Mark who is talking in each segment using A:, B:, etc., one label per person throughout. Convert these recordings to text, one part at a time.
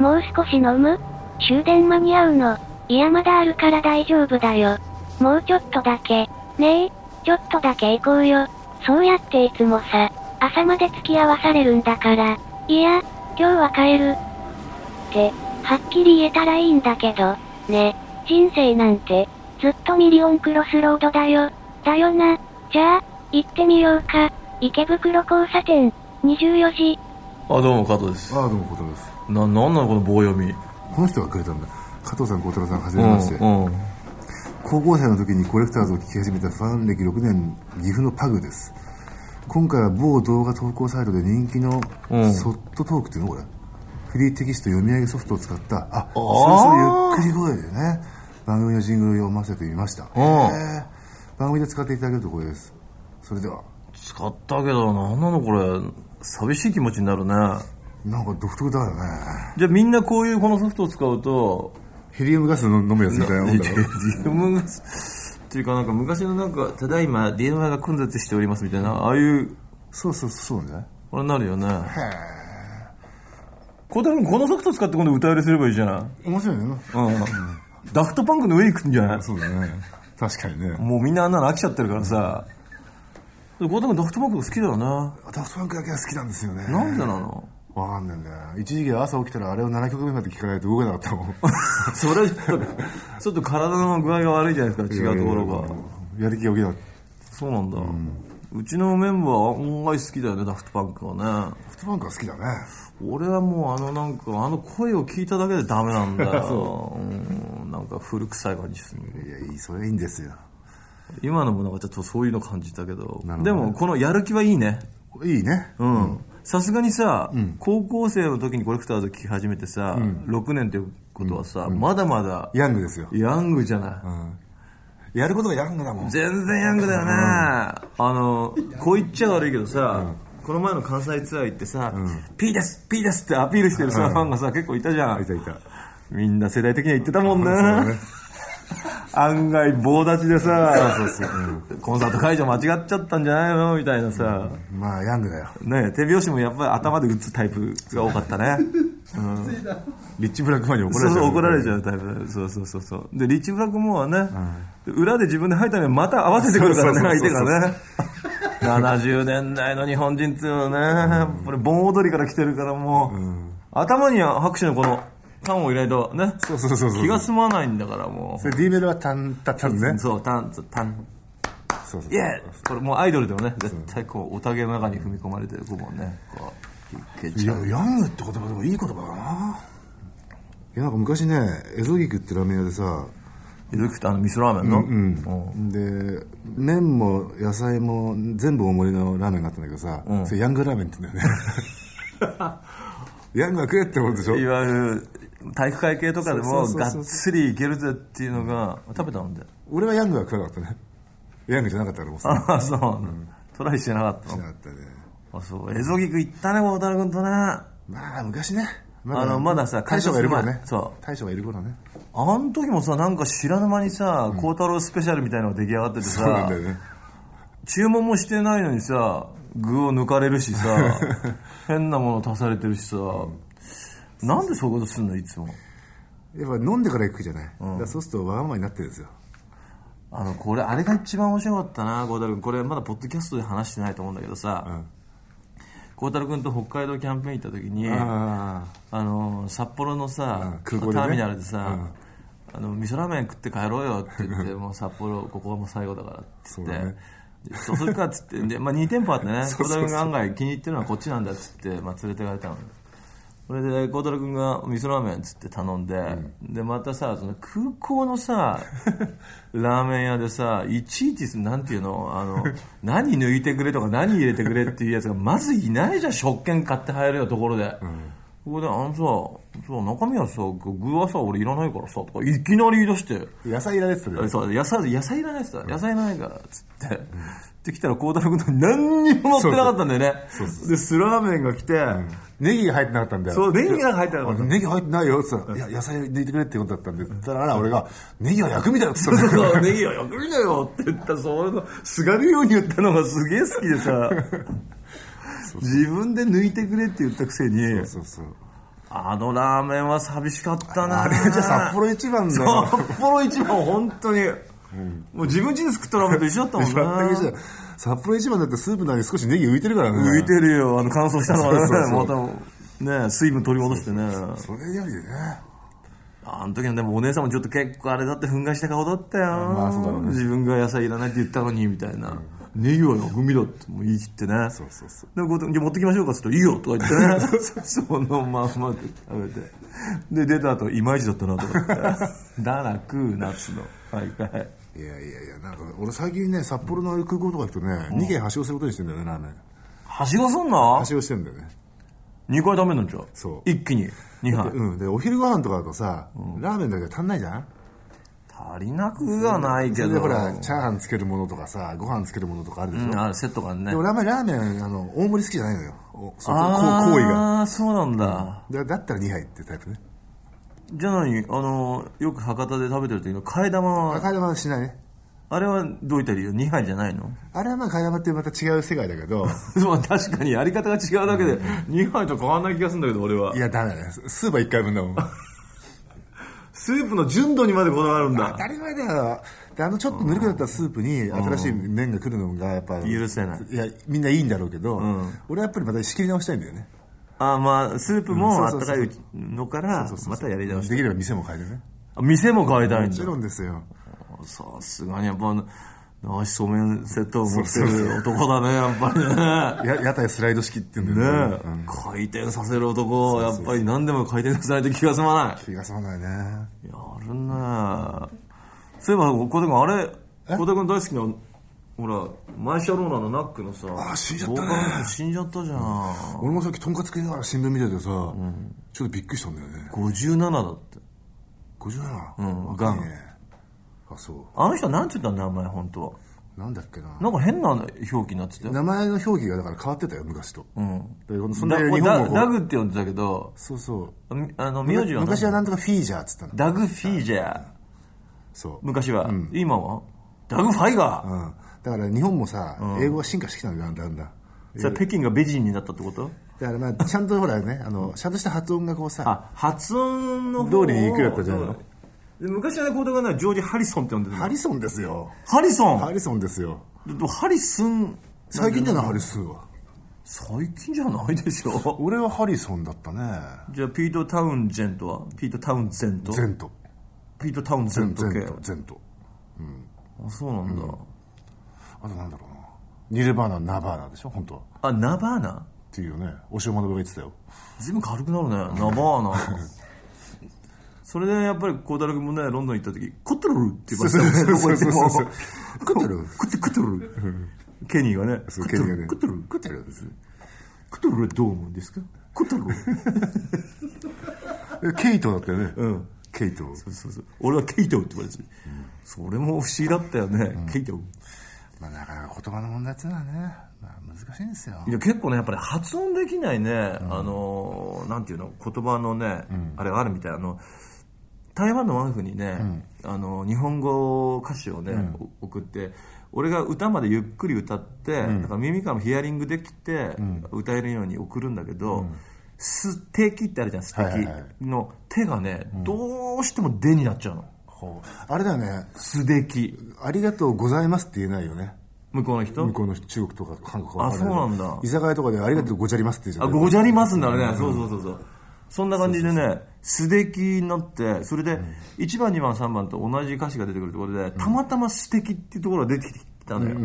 A: もう少し飲む終電間に合うの。いやまだあるから大丈夫だよ。もうちょっとだけ。ねえ、ちょっとだけ行こうよ。そうやっていつもさ、朝まで付き合わされるんだから。いや、今日は帰る。って、はっきり言えたらいいんだけど、ね。人生なんて、ずっとミリオンクロスロードだよ。だよな。じゃあ、行ってみようか。池袋交差点、24時。
B: あどうも加藤です
C: ああどうも小太郎です
B: ななんなのこの棒読み
C: この人がくれたんだ加藤さん小太郎さんはじ
B: う
C: めまし
B: ん
C: て、
B: うん
C: 高校生の時にコレクターズを聞き始めたファン歴6年岐阜のパグです今回は某動画投稿サイトで人気の
B: うん
C: ソットトークっていうのこれフリーテキスト読み上げソフトを使ったあ
B: あ
C: そうそうゆっくり声でね番組のジングルを読ませてみましたへ
B: ん
C: え番組で使っていただけるとこれですそれでは
B: 使ったけどなんなのこれ寂しい気持ちになるね
C: なんか独特だよね
B: じゃあみんなこういうこのソフトを使うと
C: ヘリウムガスの飲むやつみたいなもんだろ
B: DMM っていうかなんか昔のなんかただいま DMI が混雑しておりますみたいなああいう
C: そうそうそうそうなんじゃない
B: これになるよねこれ多分このソフト使って今度歌い入れすればいいじゃない
C: 面白いね
B: うんダフトパンクの上行くんじゃない
C: そうだね確かにね
B: もうみんなあんなの飽きちゃってるからさで後藤君ダフトパンク好きだよな
C: ダフトパンクだけは好きなんですよね
B: なんでなの
C: わかんないんだよ一時期朝起きたらあれを7曲目まで聞かないと動けなかったもん
B: それはちょっとちょっと体の具合が悪いじゃないです か違うところが
C: やる気が起きなかっ
B: そうなんだ、うちのメンバーは案外好きだよねダフトパンクはね
C: たダフトパンクは好きだね
B: 俺はもうあのなんかあの声を聞いただけでダメなんだ ようんなんか古臭い感じする
C: いやいいそれいいんですよ
B: 今のもなんかちょっとそういうの感じたけど
C: なるほどね
B: でもこのやる気はいいね
C: いいね
B: うんさすがにさ、高校生の時にコレクターズ聴き始めてさ、6年っていうことはさ、まだまだ
C: ヤングですよ
B: ヤングじゃない、
C: やることがヤングだもん
B: 全然ヤングだよね、あのこう言っちゃ悪いけどさ、この前の関西ツアー行ってさ、P です P ですってアピールしてるさ、ファンがさ結構いたじゃん
C: いたいた
B: みんな世代的には言ってたもんね
C: そうね
B: 案外棒立ちでさコンサート会場間違っちゃったんじゃないのみたいなさ、
C: まあヤングだよ
B: ねえ手拍子もやっぱり頭で打つタイプが多かったね、うん、
C: リッチブラックマンに怒
B: そ
C: ら
B: う
C: れち
B: そ
C: ゃう
B: う怒られちゃうタイプそうそうそうそうでリッチ・ブラックモアはね、裏で自分で吐いたのにまた合わせてくるからね
C: そうそ
B: 相
C: うそう
B: 手
C: そう
B: がね 70年代の日本人っていうのはね、これ盆踊りから来てるからもう、頭には拍手のこの缶を入れないとね
C: そうそうそうそう
B: 気が済まないんだからも
C: それ D メルはタンタッタン
B: う、
C: ね
B: そうタンタン
C: そうそう
B: イエーこれもうアイドルでもね絶対こうおたげの中に踏み込まれてる子もねこういけ
C: い
B: ちゃ
C: や
B: う
C: ヤングって言葉でもいい言葉だないやなんか昔ねエゾギクってラーメン屋でさ
B: ゆるくてあの味噌ラーメンの、うん
C: で麺も野菜も全部大盛りのラーメンがあったんだけどさ、それヤングラーメンって言うんだよね ヤングは食えってことでしょ
B: いわゆる体育会系とかでも
C: そうそうそう
B: が
C: そう
B: っつりいけるぜっていうのが食べたんで
C: 俺はヤングは食わなかったねヤングじゃなかったからもうさ
B: ああそう、トライしてなかった
C: な
B: の
C: かったね
B: あそうエゾギク行ったね小樽君とね
C: まあ昔ね
B: あのまださ
C: 大将がいる頃ね
B: 改札前そう
C: 大将がいる頃ね
B: あの時もさなんか知らぬ間にさ孝、太郎スペシャルみたいなのが出来上がってて
C: そうな
B: さ
C: んだよね
B: 注文もしてないのにさ具を抜かれるし さ変なもの足されてるしさ、なんでそういうことすんのいつも
C: やっぱ飲んでから行くじゃない、だからそうするとわがままになってるんですよ
B: あのこれあれが一番面白かったな孝太郎君これまだポッドキャストで話してないと思うんだけどさ孝、太郎君と北海道キャンペーン行った時にあ
C: ああ
B: の札幌のさ
C: う、ん空港でね
B: ターミナルでさ、あの味噌ラーメン食って帰ろうよって言ってもう札幌ここはもう最後だからって
C: そ
B: 言
C: う
B: って
C: だね
B: でそうするかっつってで、まあ、2店舗あってね孝太郎君が案外気に入ってるのはこっちなんだっつって、まあ、連れてかれたのそれで孝太郎君が味噌ラーメンっつって頼んで、でまたさその空港のさラーメン屋でさいちいちなんていうのあの何抜いてくれとか何入れてくれっていうやつがまずいないじゃん食券買って入るようなところで、ここで「あのさそう中身はさ具はさ俺いらないからさ」とかいきなり言い出して。
C: 野菜いられてたじゃん
B: そう野菜野菜いらないっすわ野菜いらないからっつって、で来たら孝太郎君の何にも持ってなかったんだよねでスラーメンが来て、
C: ネギが入ってなかったんだよ
B: そうネギが入ってなかった
C: ネギ入ってないよって言ったら、いや、野菜抜いてくれってことだったんで、だから俺が、ネギは薬味だよって言 ったんだよ。
B: ネギはよく見なよって言ったそれのすがるように言ったのがすげえ好きでさ自分で抜いてくれって言ったくせに
C: そうそう。
B: あのラーメンは寂しかったな
C: あれじゃ札幌一番だ よ
B: 札幌一番本当に、もう自分家で作ったラーメンと一緒だったもん
C: 全く一緒だ
B: ね
C: よ札幌一番だってスープの中に少しネギ浮いてるからね
B: 浮いてるよあの乾燥したのはね
C: そうそう
B: またね水分取り戻してね
C: それよりね
B: あの時のでもお姉さんもちょっと結構あれだって憤慨した顔だったよ、
C: まあそうだろうね
B: 自分が野菜いらないって言ったのにみたいな、ネギは踏みだってもう言い切ってね
C: そうそうそう
B: でもこうじゃあ持ってきましょうかって言ったら「いいよ」とか言っ てねそのまんまで食べてで出た後いまいちだったなとか ってだらく夏のはいはい
C: いやいやいやなんか俺最近ね札幌のああいう空港とか行くとね2軒はしごすることにしてんだよねラーメン
B: はしごすんな
C: はしごしてんだよね
B: 2回ダメなんちゃう
C: そう
B: 一気に2杯
C: うんでお昼ご飯とかだとさラーメンだけじゃ足んないじゃん
B: 足りなくはない
C: そ
B: け
C: れで
B: ど
C: ほらチャーハンつけるものとかさご飯つけるものとかあるでしょ
B: うんあるセットがね
C: で俺あんまりラーメンあの大盛り好きじゃないのよおそここ
B: あ
C: う行為が
B: あそうなんだ
C: だだったら2杯ってタイプね
B: じゃあ何あのよく博多で食べてる時の替え玉は
C: 替え玉はしないね
B: あれはどういった理由2杯じゃない の
C: あれはまあ替え玉ってまた違う世界だけど
B: そう確かにやり方が違うだけで2杯と変わんない気がするんだけど俺はい
C: やダメだねスーパー1回分だもん
B: スープの純度にまでこだわるん
C: 当たり前だよであのちょっとぬるくなったスープに新しい麺が来るのがやっぱ
B: 許せない
C: いやみんないいんだろうけど、
B: ん
C: 俺はやっぱりまた仕切り直したいんだよね
B: ああまあスープも
C: うん
B: あっ
C: そう
B: た
C: そ
B: か
C: うそう
B: いのからまたやり直し
C: できれば店も変えてね
B: あ店も変えたいん
C: もち
B: だ
C: ろんですよ
B: さすがにやっぱ流しそうめんセットを持ってる男だねやっぱ
C: や屋台スライド式って言うん
B: り
C: だよ
B: ねね回転させる男やっぱり何でも回転させないと気が済まない
C: 気が済まないね
B: やるねそういえば小手君あれ小手君大好きなほらマイシャローナのナックのさ
C: あー死んじゃったね
B: ボーカルの人死んじゃったじゃん
C: 俺もさっきとんかつ食いながら新聞見ててさ、ちょっとびっくりしたんだよね
B: 57だって
C: 57
B: うん
C: 若い
B: がん
C: ねあそ
B: あの人なんて言ったんだ名前本当は
C: うなんだっけな
B: なんか変な表記になってたよ
C: 名前の表記がだから変わってたよ昔と、
B: うん
C: でこのそん
B: だ
C: な
B: 俺
C: 日
B: ダ
C: 本語
B: ダ
C: こう
B: グって呼んでたけど
C: そうそう
B: みあの名字は
C: 昔は
B: 何
C: なんとかフィージャーっつったの
B: ダグフィージャー
C: そう、うん、
B: 昔は、今はダグファイガー、
C: だから日本もさ、英語が進化してきたんだよだんだん
B: それ北京がベジンになったってこと
C: だからま あちゃんとほらねあのちゃんとした発音がこうさ
B: あ発音の方
C: 通りに行くやったじゃない
B: そ
C: の
B: うで昔はね、コードがね、ジョージ・ハリソンって呼んでた
C: ハ
B: の
C: リソンですよ
B: ハリソン
C: ハリソンですよ
B: でもハリスン、
C: 最近じゃないハリスンは
B: 最近じゃないでしょ。
C: 俺はハリソンだったね
B: じゃあ、ピート・タウンジェントはピート・タウンゼント
C: ゼント
B: ピート・タウンゼ
C: ゼン
B: ン
C: ト
B: ト系。
C: ゼント
B: あ、そうなんだ。
C: あとなんだろうなニルバーナナバーナでしょ本当は
B: あ、ナバーナ
C: っていうねお塩学が言ってたよ
B: 随分軽くなるね。ナバーナ。それでやっぱり孝太郎君もね、ロンドン行った時、コトルルって言われてたもんねどこ行っても
C: クトル
B: クトクトルル。ケニーがね、
C: そうケニーがね
B: クトルル、クトルル。クトルルはどう思うんですかクトルル。
C: ケイトだったよね
B: ん
C: ケイト
B: そうそう俺はケイトって言われてる、それも不思議だったよね、ケイト
C: まあなかなか言葉の問題っていうのはねまあ難しいんですよ
B: いや結構ねやっぱり発音できないね、あのーなんていうの言葉のね、あれがあるみたいあの台湾のワンフにね、あの日本語歌詞をね、お送って俺が歌までゆっくり歌って、だから耳からもヒアリングできて、歌えるように送るんだけど、素敵ってあるじゃん素敵
C: はいはいはい
B: の手がね、どうしても「で」になっちゃうの
C: ほうあれだよね
B: 素敵
C: ありがとうございますって言えないよね
B: 向こうの人
C: 向こうの中国とか韓国は分かいけど
B: あそうなんだ
C: 居酒屋とかでありがとうございますって言うじゃ
B: あ、
C: ん
B: ごじゃりますんだね。そうそうそうそう。そんな感じでね、素敵になって、それで、1番、2番、3番と同じ歌詞が出てくるところで、たまたま素敵っていうところが出てきたのよ。で、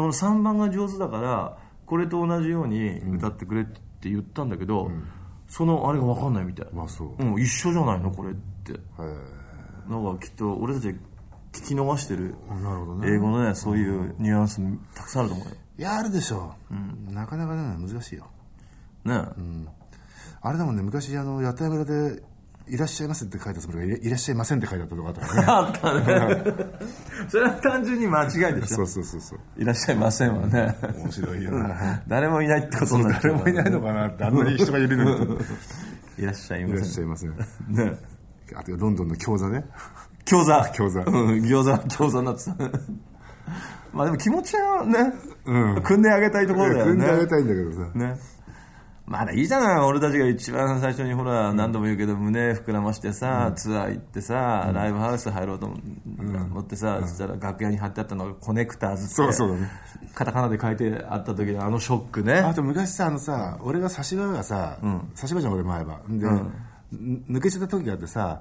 B: この3番が上手だから、これと同じように歌ってくれって言ったんだけど、そのあれが分かんないみたい。
C: まあそう
B: うん、一緒じゃないの、これって。
C: へえ
B: なんかきっと、俺たち聞き逃してる、
C: なるほどね
B: 英語のね、そういうニュアンスたくさんあると思うよ。
C: いやあるでしょうなかなかね難しいよ
B: ね、
C: あれだもんね昔あの屋台村で「いらっしゃいませ」って書いたつもりが「いらっしゃいません」って書いてあったとかあったからね
B: あったね。それは単純に間違いでしょ
C: そうそうそうそう
B: いらっしゃいませんわね。
C: 面白いよな
B: 誰もいないってことになっちゃ
C: 誰もいないのかなってあんなに人がいるのに
B: いらっしゃい
C: い
B: ま
C: らっし
B: せ
C: ゃ
B: ん。
C: いません
B: ね。
C: あとロンドンの餃子ね
B: 餃子。
C: 餃子
B: うん、餃子、餃子になってた。まあでも気持ちはね、組んであげたいところだよね。
C: 組んであげたいんだけどさ
B: ね。まだいいじゃない俺たちが一番最初にほら何度も言うけど胸膨らましてさ、ツアー行ってさ、ライブハウス入ろうと思思ってさ、そしたら楽屋に貼ってあったのがコネクターズって
C: そうそうだね
B: カタカナで書いてあった時のあのショックね
C: あと昔さあのさ俺が差し歯がさ、差し歯じゃん俺前歯で、ぬ抜けちゃった時があってさ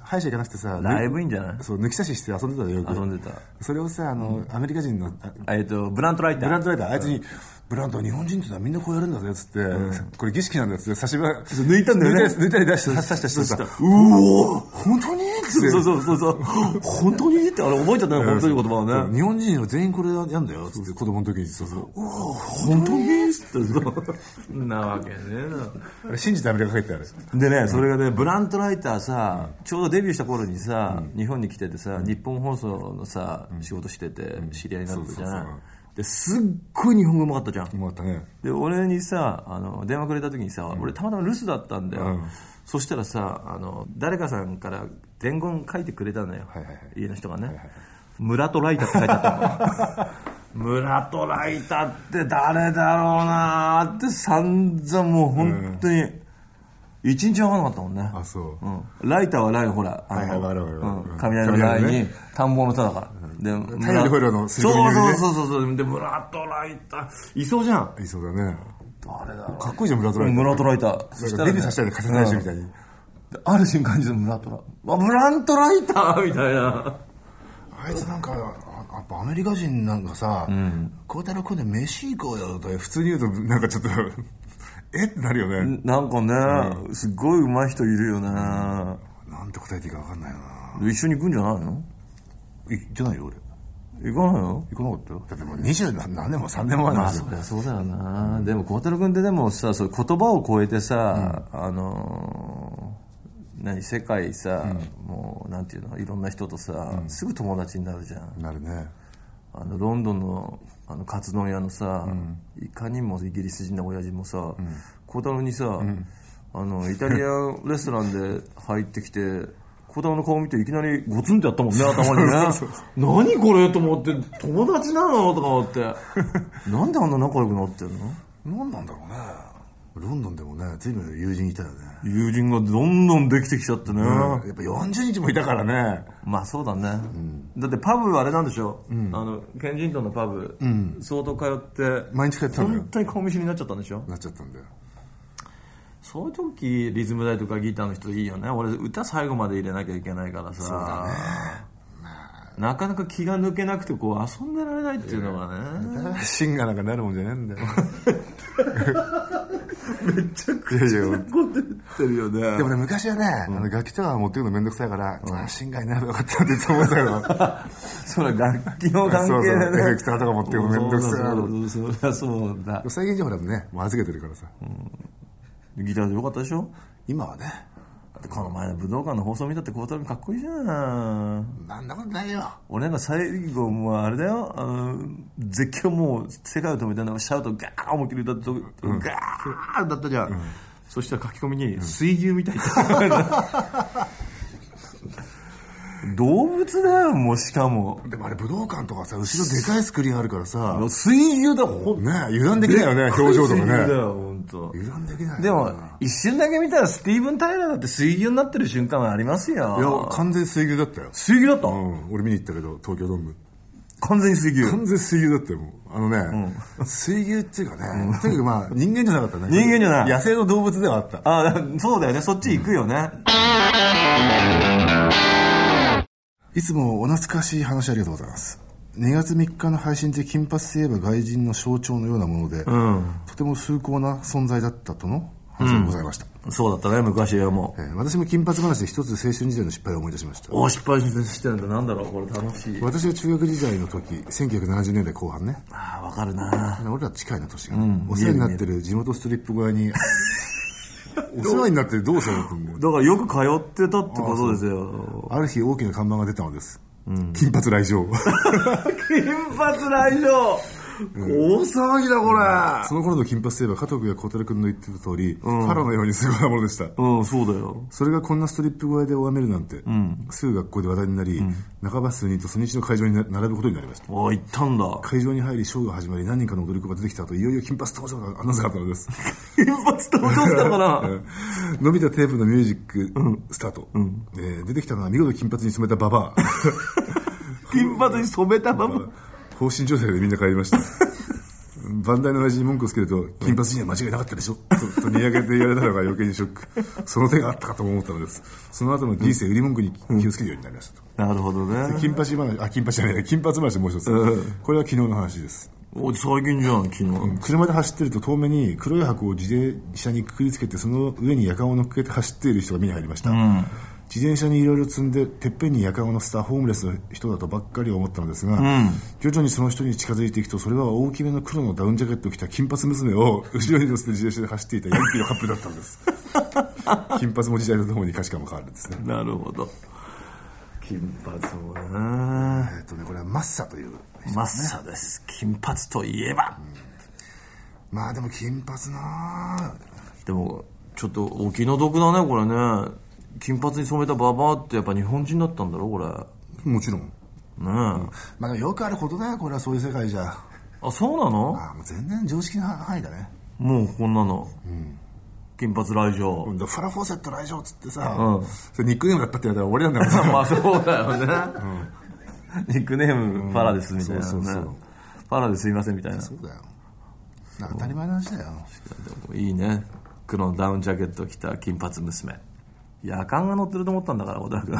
C: 歯医者行かなくてさぬ
B: ライブいいんじゃない
C: そう抜き差しして遊んでたのよく
B: 遊んでた
C: それをさあの、アメリカ人のあ
B: えっとブラントライター
C: ブランドライターあいつに、ブランドは日本人ってのはみんなこうやるんだぜっつって、これ儀式なんだっつって差し歯抜
B: いたんだよね
C: 抜いたり出して刺した
B: 刺した
C: うお本当にっつって
B: そうそうそうそう本当にってあれ覚えちゃったね本当に言葉をね
C: 日本人は全員これやんだよっつって子供の時にそうそううお
B: 本当にってそうなわけねえな
C: あれ信じてアメリカ帰ってある
B: でね、それがね、ブラントライターさ、ちょうどデビューした頃にさ、日本に来ててさ、日本放送のさ、仕事してて、知り合いになったじゃ
C: そう
B: な
C: そ
B: いう
C: そう
B: で、すっごい日本語うまかったじゃん。
C: もらったね
B: で、俺にさ、あの、電話くれた時にさ、俺たまたま留守だったんだよ。
C: うん
B: そしたらさ、あの、誰かさんから伝言書いてくれたのよ。
C: はいはいはい
B: 家の人がね。村とライターって書いて あったの。村とライターって誰だろうなーって散々もう本当に、一日分かんなかったもんね。
C: あそう
B: うん、ライターはラインほら、あ
C: はいはいわかるわかるわかる
B: うん雷のライン
C: 雷
B: に、田んぼの田だから。で、
C: 太陽にほえろの水
B: そ
C: 道
B: う
C: にね
B: そうそうそうそう。で、村とライター、いそうじゃん。
C: いそうだね
B: 誰だろ
C: かっこいいじゃんブランド
B: う。
C: ライター
B: 村とライター。
C: なんかデビューさせたいで仮説ないしみたい
B: に。
C: に
B: である瞬間に村とラあ、ブラントライターみたいな。
C: あいつなんか、あやっぱアメリカ人なんかさ、孝太郎君で飯行こうよとか普通に言うと、なんかちょっと、 えってなるよね。
B: なんかね、すごい上手い人いるよね。
C: なんて答えていいか分かんないよな。
B: 一緒に行くんじゃないの
C: 行ってないよ、俺。
B: 行かないの
C: 行かなかったよ。だってもう二十何年も三年も前の
B: まあ
C: 話だ
B: そ
C: よ
B: りゃそうだよな、でも孝太郎君ってでもさそう言葉を超えてさ、あのー何世界さ、もうなんていうのいろんな人とさ、すぐ友達になるじゃん
C: なるね。
B: あのロンドンのあのカツ丼屋のさ、いかにもイギリス人の親父もさ孝、太郎にさ、あのイタリアンレストランで入ってきて孝太郎の顔見ていきなりゴツンってやったもんね頭にね何これと思って友達なのとか思って なんであんな仲良くなってんの
C: なんなんだろうね。ロンドンでもね、随分友人いたよね。
B: 友人がどんどんできてきちゃってね、
C: うんやっぱ40日もいたからね。
B: まあそうだね、だってパブあれなんでしょ、あのケンジントンのパブ、相当通って
C: 毎日通ってたんだよ
B: 本当に顔見知りになっちゃったんでしょ
C: なっちゃったんだよ。
B: そういう時リズム台とかギターの人いいよね俺歌最後まで入れなきゃいけないからさなかなか気が抜けなくてこう遊んでられないっていうのがね、
C: シンガーなんかなるもんじゃねえんだよ。めっちゃくちゃ
B: 怒ってるよね
C: でもね、昔はね、あの楽器とは持ってくのめんどくさいから、ああ、シンガーになればよかったっていつも 思ってたけど、
B: それ楽器の関
C: そう
B: 係
C: そ
B: で
C: う
B: ね
C: エフェクターとか持ってもめんどくせえなと
B: そうそうそうそうだ
C: 最近じゃほらね、もう預けてるからさ、
B: ギターでよかったでしょ
C: 今はね、
B: だってこの前の武道館の放送見たって孝太郎かっこいいじゃん
C: なんだことないよ。
B: 俺なんか最後もうあれだよあの絶叫もう世界を止めたのシャウトガーッ思いっきり歌ったとガーッだったじゃん、そしたら書き込みに水牛みたいな動物だよもうしかも
C: でもあれ武道館とかさ、後ろでかいスクリーンあるからさ、ね
B: 水牛だほん
C: 油断できないよね、表情とか
B: 水牛だ
C: ね。
B: よ本当。
C: 油断できないよね。
B: でも一瞬だけ見たらスティーブン・タイラーだって水牛になってる瞬間はあります
C: いや、
B: よ
C: 完全水牛だったよ。
B: 水牛だった、
C: うん、俺見に行ったけど、東京ドーム。
B: 完全に水牛
C: 完全水牛だったよ、もう。あのね、水牛っていうかね、とにかくまあ、人間じゃなかったね。
B: 人間じゃない
C: 野生の動物ではあった。
B: あそうだよねそっち行くよね、
C: いつもお懐かしい話ありがとうございます。2月3日の配信で金髪といえば外人の象徴のようなもので、とても崇高な存在だったとの話がございました。
B: そうだったね、昔はもう。
C: えー私も金髪話で一つ青春時代の失敗を思い出しました。
B: お失敗してるんだ、なんだろう、これ楽しい。
C: 私は中学時代の時、1970年代後半ね、
B: ああ、わかるな
C: 俺ら近いな年が、お世話になってる地元ストリップ小 屋に、お世話になってどうするのってもう
B: だからよく通ってたってことですよ。
C: ある日大き な看板が出たのです。金髪来場。
B: 金髪来場大騒ぎだ、これ。
C: その頃の金髪といえば加藤君や小太君の言ってた通り、ファラのようにすごいものでした。
B: うん、そうだよ。
C: それがこんなストリップ小屋で拝めるなんて、すぐ学校で話題になり、半ば数人と初日の会場にな並ぶことになりました。
B: ああ、行ったんだ。
C: 会場に入り、ショーが始まり、何人かの踊り子が出てきた後、いよいよ金髪登場がアナウンスがあったのです。
B: 金髪登場したかな
C: 伸びたテープのミュージック、スタート、えー出てきたのは見事金髪に染めたババ
B: 金髪に染めたま
C: ア
B: ま。
C: 放心状態でみんな帰りましたバンダイの親父に文句をつけると金髪には間違いなかったでしょととにやけて言われたのが余計にショックその手があったかとも思ったのですその後の人生売り文句に気をつけるようになりましたと、
B: なるほどね。
C: 金髪話あ金髪じゃない金髪話もう一つ、
B: うん
C: これは昨日の話です
B: お最近じゃん、昨日。
C: 車で走ってると遠目に黒い箱を自転車にくくりつけてその上に夜間を乗っけて走っている人が目に入りました、自転車にいろいろ積んでてっぺんに夜間を乗せたホームレスの人だとばっかり思ったのですが、徐々にその人に近づいていくとそれは大きめの黒のダウンジャケットを着た金髪 娘を後ろに乗せて自転車で走っていたヤンキーのカップルだったんです金髪も時代とともに価値観も変わるんですね
B: なるほど。金髪もね。
C: えっとねこれはマッサという
B: マッサです。金髪といえば。
C: まあでも金髪なあ
B: でも、ちょっとお気の毒だね、これね。金髪に染めたババアってやっぱ日本人だったんだろ、これ。
C: もちろん
B: ねえ。
C: まあでもよくあることだよこれはそういう世界じゃ
B: あ、そうなの
C: ああもう全然常識の範囲だね
B: もうこんなの。金髪来場。
C: ファラ・フォーセット来場っつってさ、
B: うん
C: それニックネームだったって言われたら俺なんだから さ
B: まあそうだよね。ニックネーム、パラですみたいな
C: そうそうそう
B: ね。パラですいませんみたいな。
C: そうだよなんか当たり前の話だよ
B: いいね。黒のダウンジャケット着た金髪娘。夜間が乗ってると思ったんだから、小田君。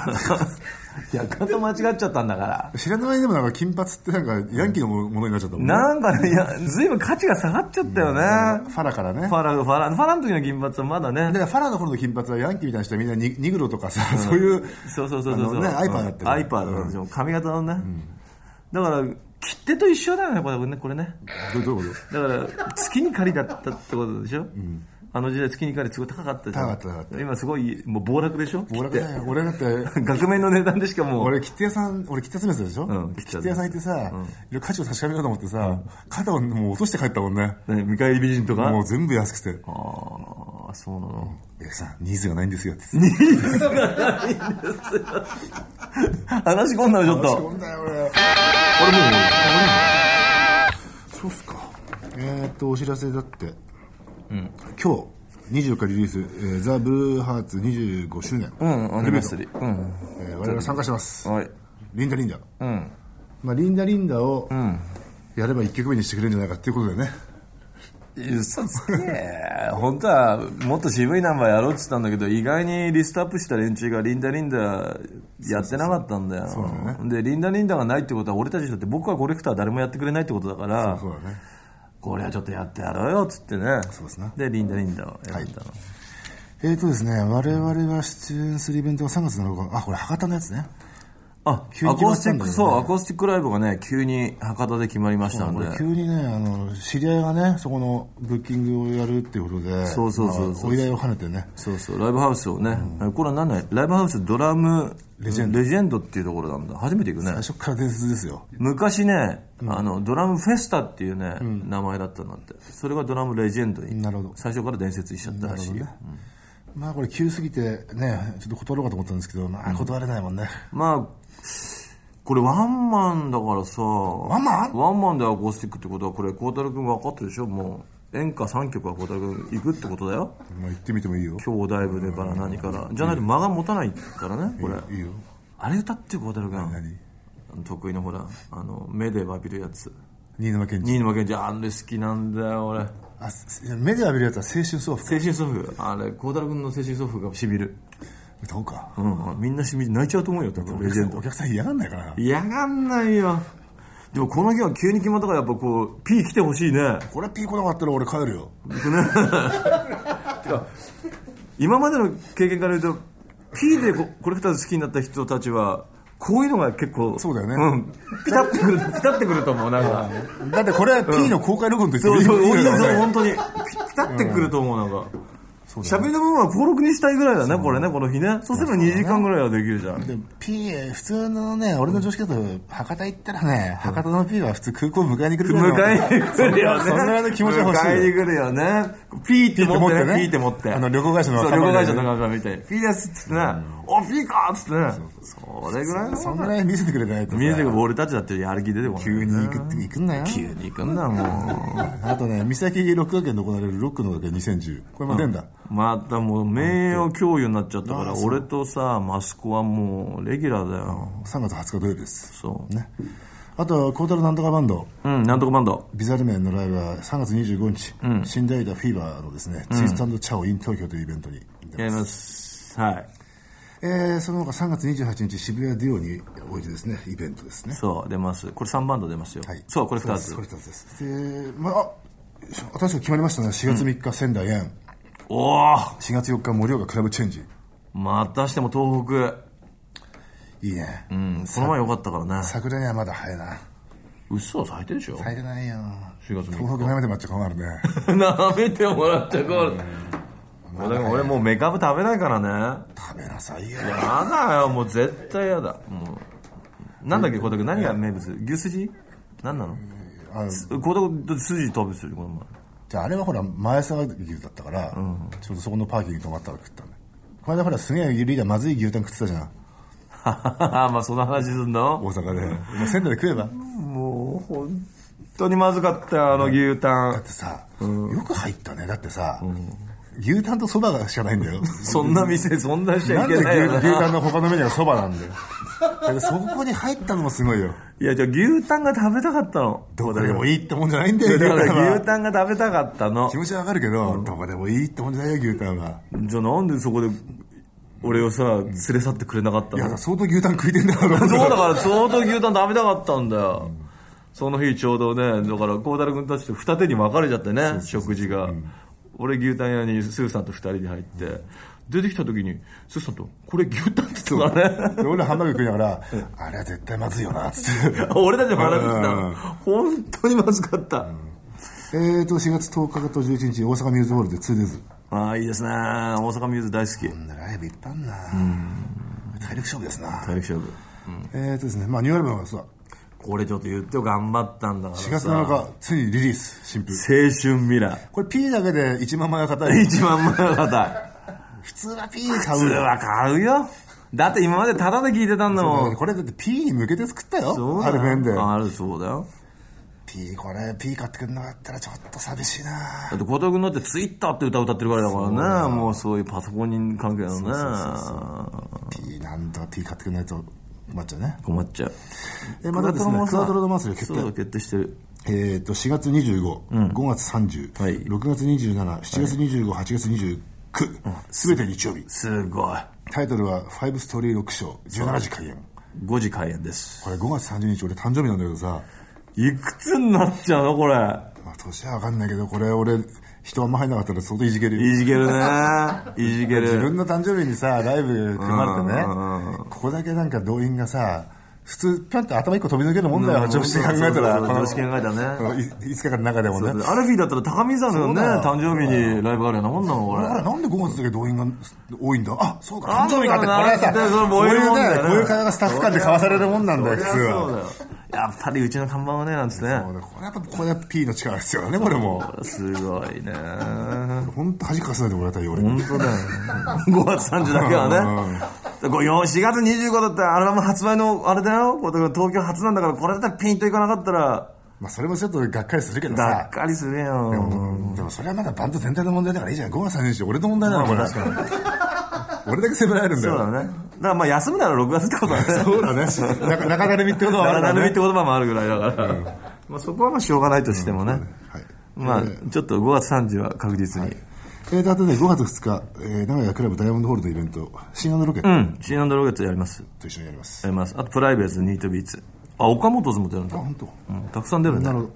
B: 夜間と間違っちゃったんだから。
C: 知らないでもなんか金髪ってなんかヤンキーのものになっちゃったもんね
B: なんかね、いや、ずいぶん価値が下がっちゃったよね。
C: ファラからね
B: ファラ、ファラ、ファラの時の金髪はまだ
C: だか
B: ね。
C: らファラの頃の金髪はヤンキーみたいな人はみんなニニグロとかさ、そういう
B: そうそうそうそう
C: あ
B: そ
C: の
B: う。
C: ねアイパーだった
B: うんアイパーだったでしょ髪型のね。だから、切手と一緒だよね、これね。これね。
C: どうどういうこ
B: だから月に借りだったってことでしょ、あの時代月に借りすごい高かったじゃん
C: 高かった高かった
B: 今すごいもう暴落でしょ
C: と暴落だよ俺だって
B: 額面の値段でしかもう
C: 俺、切手屋さん、俺、切手集めてたでしょ、
B: うん
C: 切手屋さん行ってさ、いろいろ価値を確かめようと思ってさ、肩をもう落として帰ったもんね。
B: ね見返り美人とか
C: もう全部安くて。
B: ああそうなの
C: いやさん、ニーズがないんですよって。
B: 話し込んだのちょっと
C: んだよ、俺。そうっすか。えー、っと、お知らせだって。今日、24日リリース、えーザ・ブルーハーツ25周年。
B: うんアニメーリーうん
C: えー我々参加してます。
B: はい
C: リンダ・リンダ。
B: うん
C: まあ、リンダ・リンダを、やれば1曲目にしてくれるんじゃないかっていうことでね。
B: 嘘つけ本当はもっと渋いナンバーやろうって言ったんだけど意外にリストアップした連中がリンダリンダやってなかったんだよ
C: うそうそ
B: でリンダリンダがないってことは俺たちだって僕はコレクター誰もやってくれないってことだから
C: そうだね。
B: これはちょっとやってやろうよっつってね
C: そうですね
B: でリンダリンダをやったの、
C: えーとですね、我々が出演するイベントが3月7日、あ、これ博多のやつね。
B: あ
C: 急に
B: ア
C: 決
B: コ
C: ま
B: ー
C: っ
B: ステ
C: たん
B: ィッ
C: だよ
B: ク
C: ね
B: そうアコースティックライブがね急に博多で決まりましたん
C: こ
B: で
C: れ急にね、あの、知り合いがね、そこのブッキングをやるっていうことで、
B: そうそうそうそう
C: まあお依頼を兼ねてね、
B: そうそうライブハウスをね、これは何だいライブハウスドラムレジェンドっていうところなんだ初めて行くね
C: 最初から伝説ですよ。
B: 昔ね、あのドラムフェスタっていうね、名前だったんだってそれがドラムレジェンドに
C: なるほど
B: 最初から伝説にしちゃったらしいよ、うん
C: まあこれ急すぎてね、ちょっと断ろうかと思ったんですけど、まあ断れないもんね。
B: まあこれワンマンだからさワ
C: ンマン
B: ワンマンでアコースティックってことはこれ孝太郎君分かってるでしょもう演歌3曲は孝太郎君行くってことだよ
C: まあ行ってみてもいいよ。
B: 今日お台部でから何からじゃないと間が持たないからねこれ
C: いいよ。
B: あれ歌ってよ孝太郎君
C: 何
B: 得意のほらあの目で詫びるやつ
C: 新沼健治。
B: 新沼健治あれ好きなんだよ俺
C: あ、すいや目で浴びるやつは青春ソフ
B: 精神祖父あれ孝太郎君の精神祖父がしびる
C: 歌おうか。
B: うんみんなしびる泣いちゃうと思うよ多分レジェンド
C: お客さん嫌がんないかな。
B: 嫌がんないよでもこの日は急に決まったからやっぱこう P 来てほしいね
C: これピーコなかったら俺帰るよ。
B: 今までの経験から言うと P でこコレクターズ好きになった人たちはこういうのが結構
C: そうだよね
B: ん、ピタってくるピタってくると思うなんか
C: だってこれは P の公開録音と言って
B: そうそう
C: い
B: 本
C: いよ
B: 当に
C: ね
B: 本当にピピタってくると思うなんか
C: そうだ
B: 喋
C: ね
B: りの部分は登録にしたいぐらいだね、これね、この日ね。そうすれば
C: そ
B: 2
C: うだね
B: 時間ぐらいはできるじゃん。
C: で P え普通のね俺の女子だと博多行ったらね博多の P は普通空港迎えに来るぐらいの
B: 迎えに来るよね。
C: そんなぐらいの気持ちが欲しいよ
B: 迎えに来るよね。ピーって持ってね。ピー
C: ピー
B: っ
C: って
B: 持
C: て持
B: っ。
C: っててねあの旅行会社の
B: そう
C: 頭
B: 旅行
C: が
B: 会
C: ね
B: 社の仲間みたいに。ピーですっつってね。お、ピーかっつってね。それぐらいの
C: そ
B: も
C: ん
B: ん
C: ぐ
B: だよ。
C: らい見せてくれないとさ
B: 見えてくる俺たちだってやる気出てこない。
C: 急に行くって行くんなよ
B: 急に行くんだもん。
C: あとね三崎六学園で行われるロックの学園2010これも出んだ
B: またもう名誉共有になっちゃったから、
C: あそう
B: 俺とさ、マスコはもうレギュラーだよ。
C: 3月20日土曜日です
B: そう。
C: ねあと孝太郎なんとかバンド
B: うん、なんとかバンド。
C: ビザルメンのライブは3月25日、死んでいたフィーバーのですね、ツイストチャオイン東京というイベントに
B: やります。はい。
C: えーその他3月28日渋谷デュオにおいてですねイベントですね
B: そう、出ます。これ3バンド出ますよ
C: はい。
B: そう、これ2
C: です
B: つ
C: これ。2つですでまああ新しく決まりましたね4月3日仙台園
B: おー
C: 4月4日盛岡クラブチェンジ
B: またしても東北。
C: いいね、
B: うん、この前良かったからね。
C: 桜にはまだ早いな
B: 嘘咲いてるでしょ
C: 入れないよ
B: 4月3日
C: 東北舐めてもらっちゃ困るね
B: 舐めてもらってこる。もうだから俺もうメカブ食べないからね。
C: 食べなさいよ
B: やだよ、もう絶対やだ。もう。なんだっけ、小田君、何が名物牛すじ何なの
C: あ
B: す小田君、筋食べてるよこの 前。
C: じゃああれはほら前沢牛だったから、ちょうどそこのパーキングに泊まったら食ったねこの間ほらすげえリーダーまずい牛タン食ってたじゃん
B: あまあ、その話すん
C: 大
B: の
C: 阪でお前仙台で食えばだ
B: もう、本当にまずかったよ、あの牛タン
C: っ。てさ、よく入ったねだってさ、牛タンとそばしかないんだよ
B: そんな店、そんなしちゃ
C: ないんで
B: け
C: 牛
B: ないよ
C: 牛タ
B: な。
C: ンの他のメニューがそばなんだよだってそこに入ったのもすごいよ
B: いや、じゃあ牛タンが食べたかった の。
C: どこでもいいってもんじゃないんだよ
B: だか
C: 牛タン
B: ら牛タ
C: は
B: ンが食べたかったの
C: 気。持ちはわかるけど、どこでもいいってもんじゃないよ牛タンは
B: じゃあなんでそこで俺をさ、連れ去ってくれなかった
C: い
B: の
C: や相当牛タン食いてんだろうな
B: そうだから相当牛タン食べたかったんだよ。その日ちょうどね、だから孝太郎君たちと二手に分かれちゃってね、食事が。俺牛タン屋にスーさんと二人で入って、出てきた時に、スーさんと、これ牛タンって言ってたからね。
C: で俺らハンバーグ食いながら、あれは絶対まずいよなっつって
B: 俺たちも話してた
C: う
B: の
C: ん。
B: 本当にまずかった。
C: えーと、4月10日と11日、大阪ミューズホールで 2days。
B: ああ、いいですね。大阪ミューズ大好き。
C: ライブいっぱいあんな、体力勝負ですな。
B: 体力勝負。
C: えーとですね、まあ、ニューアルバムはさ、
B: これちょっと言ってよ、頑張ったんだからさ。
C: 4月7日、ついにリリース、新譜。
B: 青春未来。
C: これ P だけで1万枚は硬い。
B: 一番前の方。
C: 普通は P 買
B: 普
C: う
B: 通
C: よ。
B: は買うよ。だって今までタダで聞いてたんだもん。
C: これだって P に向けて作ったよ。
B: だ
C: ある
B: よ
C: 面で。
B: あるそうだよ。
C: P、これ P 買ってくんなかったらちょっと寂しいな
B: だって後藤君だってツイッターって歌歌ってるからいだからね。もうそういうパソコンに関係だよね。
C: P、なんとか P 買ってくんないと困っちゃうね。
B: 困っちゃう。
C: えまたですね、クワトロのマンスで決
B: そ
C: 定
B: う。決定してる。
C: えー、と4月25、5月30、
B: はい
C: 6月27、7月25、8月29、すべて日曜日。
B: すごい。
C: タイトルは、ファイブストーリーロックショー、17時開演。
B: 5時開演です。
C: これ5月30日、俺誕生日なんだけどさ、
B: いくつになっちゃうのこれ。
C: まあ、年はわかんないけど、これ俺、人あんま入んなかったら相当いじけるよ。
B: いじける ね。いじけ
C: 自
B: る。
C: 分の誕生日にさ、ライブ組まれてね、ここだけなんか動員がさ、普通、ぴょんって頭一個飛び抜けるもんだよ、常識考えたら。
B: そうそうそう常識考えたらね
C: このい5日間の中でもね。
B: アルフィーだったら高見沢のね、誕生日にライブがあるようなもんなのこれ。
C: あれなんで5月だけ動員が多いんだあそうか
B: なん
C: 誕
B: だろう
C: 生
B: な
C: 日だ
B: だっ
C: ってこれはさ
B: てそれ
C: こ
B: 燃
C: う
B: える
C: いう
B: もんだよ
C: ね
B: ね
C: こういう会話がスタッフ間で交わされるもんなんだよ普
B: そ
C: 通
B: りゃそうだ
C: は
B: よ。やっぱりうちの看板はね、なんですね。
C: そうだこれやっぱこれやっぱ P の力ですよねこれも
B: すごいね。
C: 本当恥かかせないでもらいたいよ俺
B: 本当だよ。5月30だけはね。これ4月25だったらアルバム発売のあれだよ。これ東京初なんだから、これだったらピンといかなかったら、
C: まあそれもちょっとがっかりするけど
B: がっ
C: さ
B: かりする
C: で
B: よ。
C: もでもそれはまだバンド全体の問題だからいいじゃん5月30日俺の問題なのこれ俺だけ責められるんだ
B: そう
C: よ
B: だね。だからまあ休むなら6月ってことだね。
C: そうだね中中だるみってことは
B: だ
C: ある
B: ら
C: か
B: だる
C: ら
B: みっ
C: ね
B: て言葉もあるぐらいだから。まあそこはまあしょうがないとしてもね。
C: はい
B: まあちょっと5月30は確実に。
C: えーとあとね5月2日えー名古屋クラブダイヤモンドホールのイベント新アンドロケッ
B: う
C: ト
B: ん。新アンドローゲッツやります。
C: と一緒にやります
B: やります。あとプライベート、ニートビーツ。あ、岡本ズも出るんだ
C: あ。本当。
B: うんたくさん出るね。
C: なるほど。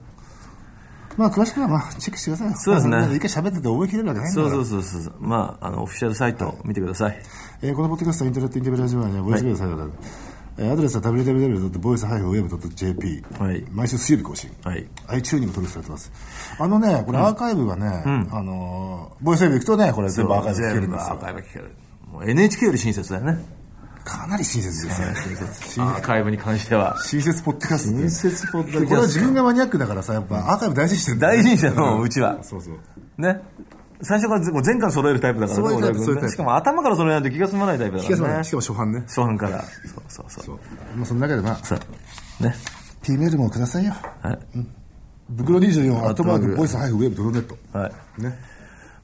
C: まあ、詳しくは、まあ、チェックしてくださいよ。
B: そうですね
C: まあ一回喋ってて覚えきれるわけないんだ
B: そ
C: か
B: う
C: ら。
B: そうそうそう。まあ、あの、オフィシャルサイトを見てください。
C: えーこのポッドキャストはインターネットインテリラジオはね、ボイスメールされたえーアドレスは www.voice-web.jp、
B: はい
C: 毎週水曜日更新、
B: はい。
C: iTune にも登録されてますあのねこれアーカイブがね、あのーボイスウェブ行くとねこれ全部アーカイブ聞けるんです
B: アー
C: よ
B: カイブ聞ける。もう NHK より親切だよね。
C: かなり親切ですね
B: アーカイブに関しては。
C: 親切ポッドキャストって
B: 切ポッ
C: これは自分がマニアックだからさやっぱアーカイブ大事にしてる
B: 大事にしてるのうちは
C: そうそう
B: ね。最初から全全巻揃えるタイプだから
C: そういうタイプ
B: 小田君ね
C: そういうタイプ
B: しかも頭から揃えないと気が済まないタイプだ
C: しか
B: から
C: も
B: ね。
C: しかも初版ね
B: 初版から。そうそうそう。
C: そうまあその中でまあ
B: そう。ね。
C: P メールもくださいよ
B: はい。
C: 袋24アットマー
B: アットマー
C: ク
B: ク
C: ボイスハイフウェブドットネット
B: はい。
C: ね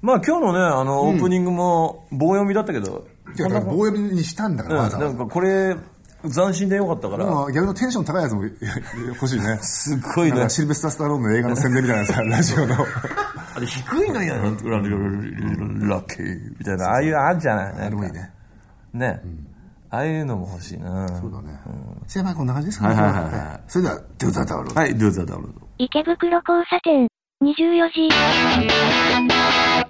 B: まあ今日のね、あの、オープニングも棒読みだったけど、
C: てかだから棒読みにしたんだからわざ
B: な
C: わ
B: ん
C: ざ
B: かこれ、斬新でよかったか
C: で
B: ら、
C: も逆のテンション高いやつも 欲しいね
B: すっごい
C: なん
B: ね
C: か、シルベスター・スタローンの映画の宣伝みたいなさラジオの
B: あれ低いのやなんとかラッキーみたいな、ああいうのあんじゃないあ
C: れもいいね。
B: ね。ああいうのも欲しいな。
C: そうだねじゃあまあこんな感じですかね
B: はいはいはいはい
C: はいそれでは「ドゥザ・タオル」
B: はい、どうぞどうぞ。
A: 池袋交差点、24時。